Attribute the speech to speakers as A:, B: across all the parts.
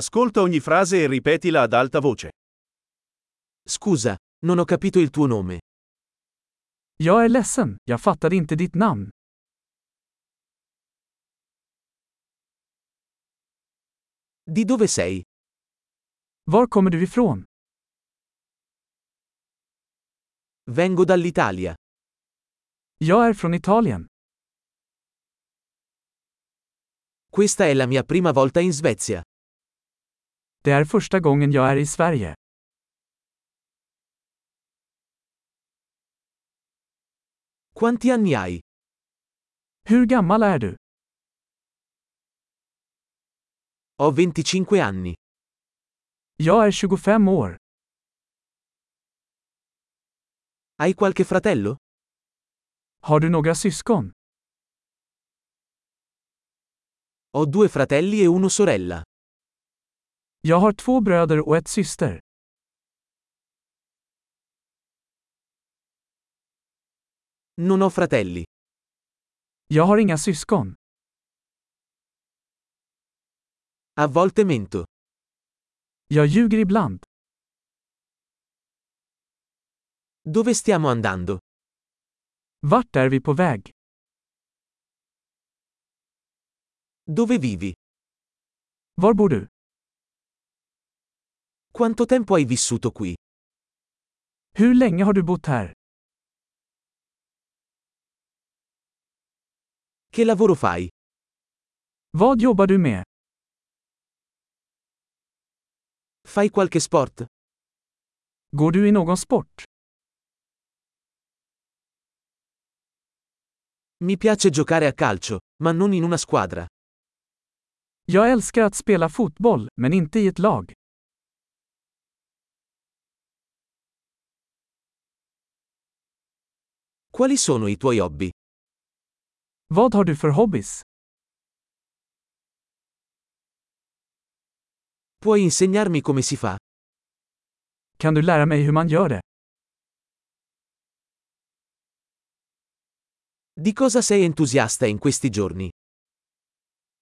A: Ascolta ogni frase e ripetila ad alta voce.
B: Scusa, non ho capito il tuo nome.
C: Jag är ledsen, jag fattade inte ditt namn.
B: Di dove sei?
C: Var kommer du ifrån?
B: Vengo dall'Italia.
C: Jag är från Italien.
B: Questa è la mia prima volta in Svezia.
C: Det är första gången jag är i Sverige.
B: Quanti anni hai?
C: Hur gammal är du?
B: Ho 25 anni.
C: Jag är 25 år.
B: Hai qualche fratello?
C: Har du några syskon?
B: Ho due fratelli e una sorella.
C: Jag har två bröder och ett syster.
B: Non ho fratelli.
C: Jag har inga syskon.
B: A volte mento.
C: Jag ljuger ibland.
B: Dove stiamo andando?
C: Vart är vi på väg?
B: Dove vivi?
C: Var bor du?
B: Quanto tempo hai vissuto qui?
C: Hur länge har du bott här?
B: Che lavoro fai?
C: Vad jobbar du med?
B: Fai qualche sport?
C: Går du i någon sport?
B: Mi piace giocare a calcio, ma non in una squadra.
C: Jag älskar att spela fotboll, men inte i ett lag.
B: Quali sono i tuoi hobby?
C: Vad har du för hobbys?
B: Puoi insegnarmi come si fa?
C: Kan du lära mig hur man gör det?
B: Di cosa sei entusiasta in questi giorni?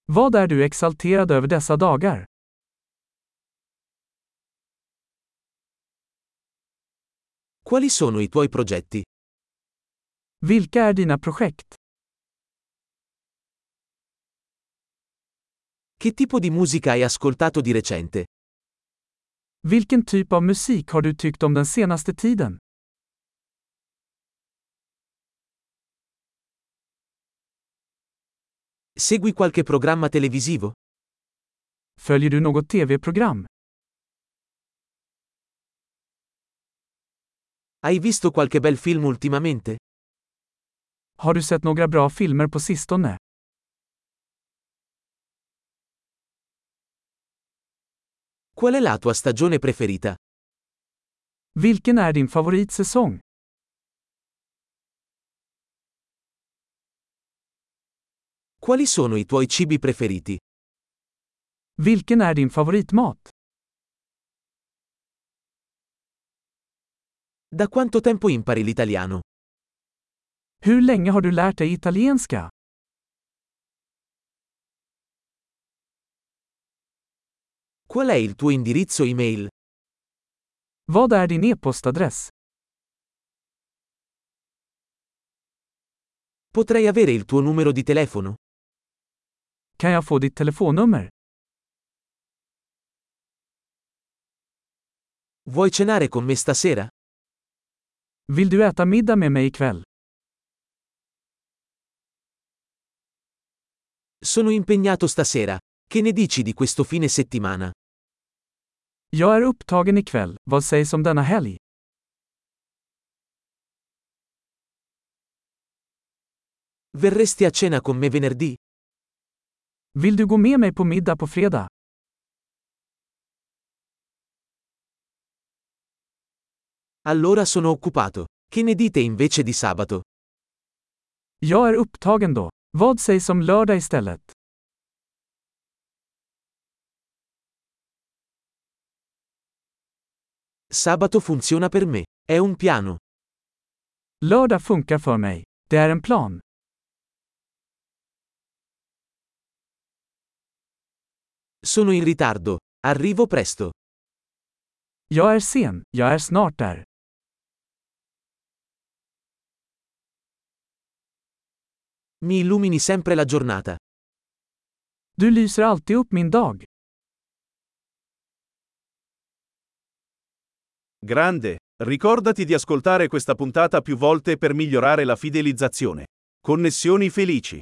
C: Vad är du exalterad över dessa dagar?
B: Quali sono i tuoi progetti?
C: Vilka är dina projekt?
B: Che tipo di musica hai ascoltato di recente?
C: Vilken typ av musik har du tyckt om den senaste tiden?
B: Segui qualche programma televisivo?
C: Följer du något tv-program?
B: Hai visto qualche bel film ultimamente?
C: Har du sett några bra filmer på sistone?
B: Qual è la tua stagione preferita?
C: Vilken är din favoritsäsong?
B: Quali sono i tuoi cibi preferiti?
C: Vilken är din favoritmat?
B: Da quanto tempo impari l'italiano?
C: Hur länge har du lärt dig italienska?
B: Qual è il tuo indirizzo email?
C: Vad är din e-postadress?
B: Potrei avere il tuo numero di telefono?
C: Kan jag få ditt telefonnummer?
B: Vuoi cenare con me stasera?
C: Vill du äta middag med mig ikväll?
B: Sono impegnato stasera. Che ne dici di questo fine settimana?
C: Jag är upptagen ikväll, vad sägs om denna helg?
B: Verresti a cena con me venerdì?
C: Vill du gå med mig på middag på fredag?
B: Allora sono occupato. Che ne dite invece di sabato?
C: Jag är upptagen då. Vad sägs om lördag istället?
B: Sabato funziona per me. È un piano.
C: Lördag funkar för mig. Det är en plan.
B: Sono in ritardo.
D: Arrivo presto.
C: Jag är sen, jag är snart där.
D: Mi illumini sempre la giornata.
C: Du lyser alltid upp min dag.
B: Grande, ricordati di ascoltare questa puntata più volte per migliorare la fidelizzazione. Connessioni felici.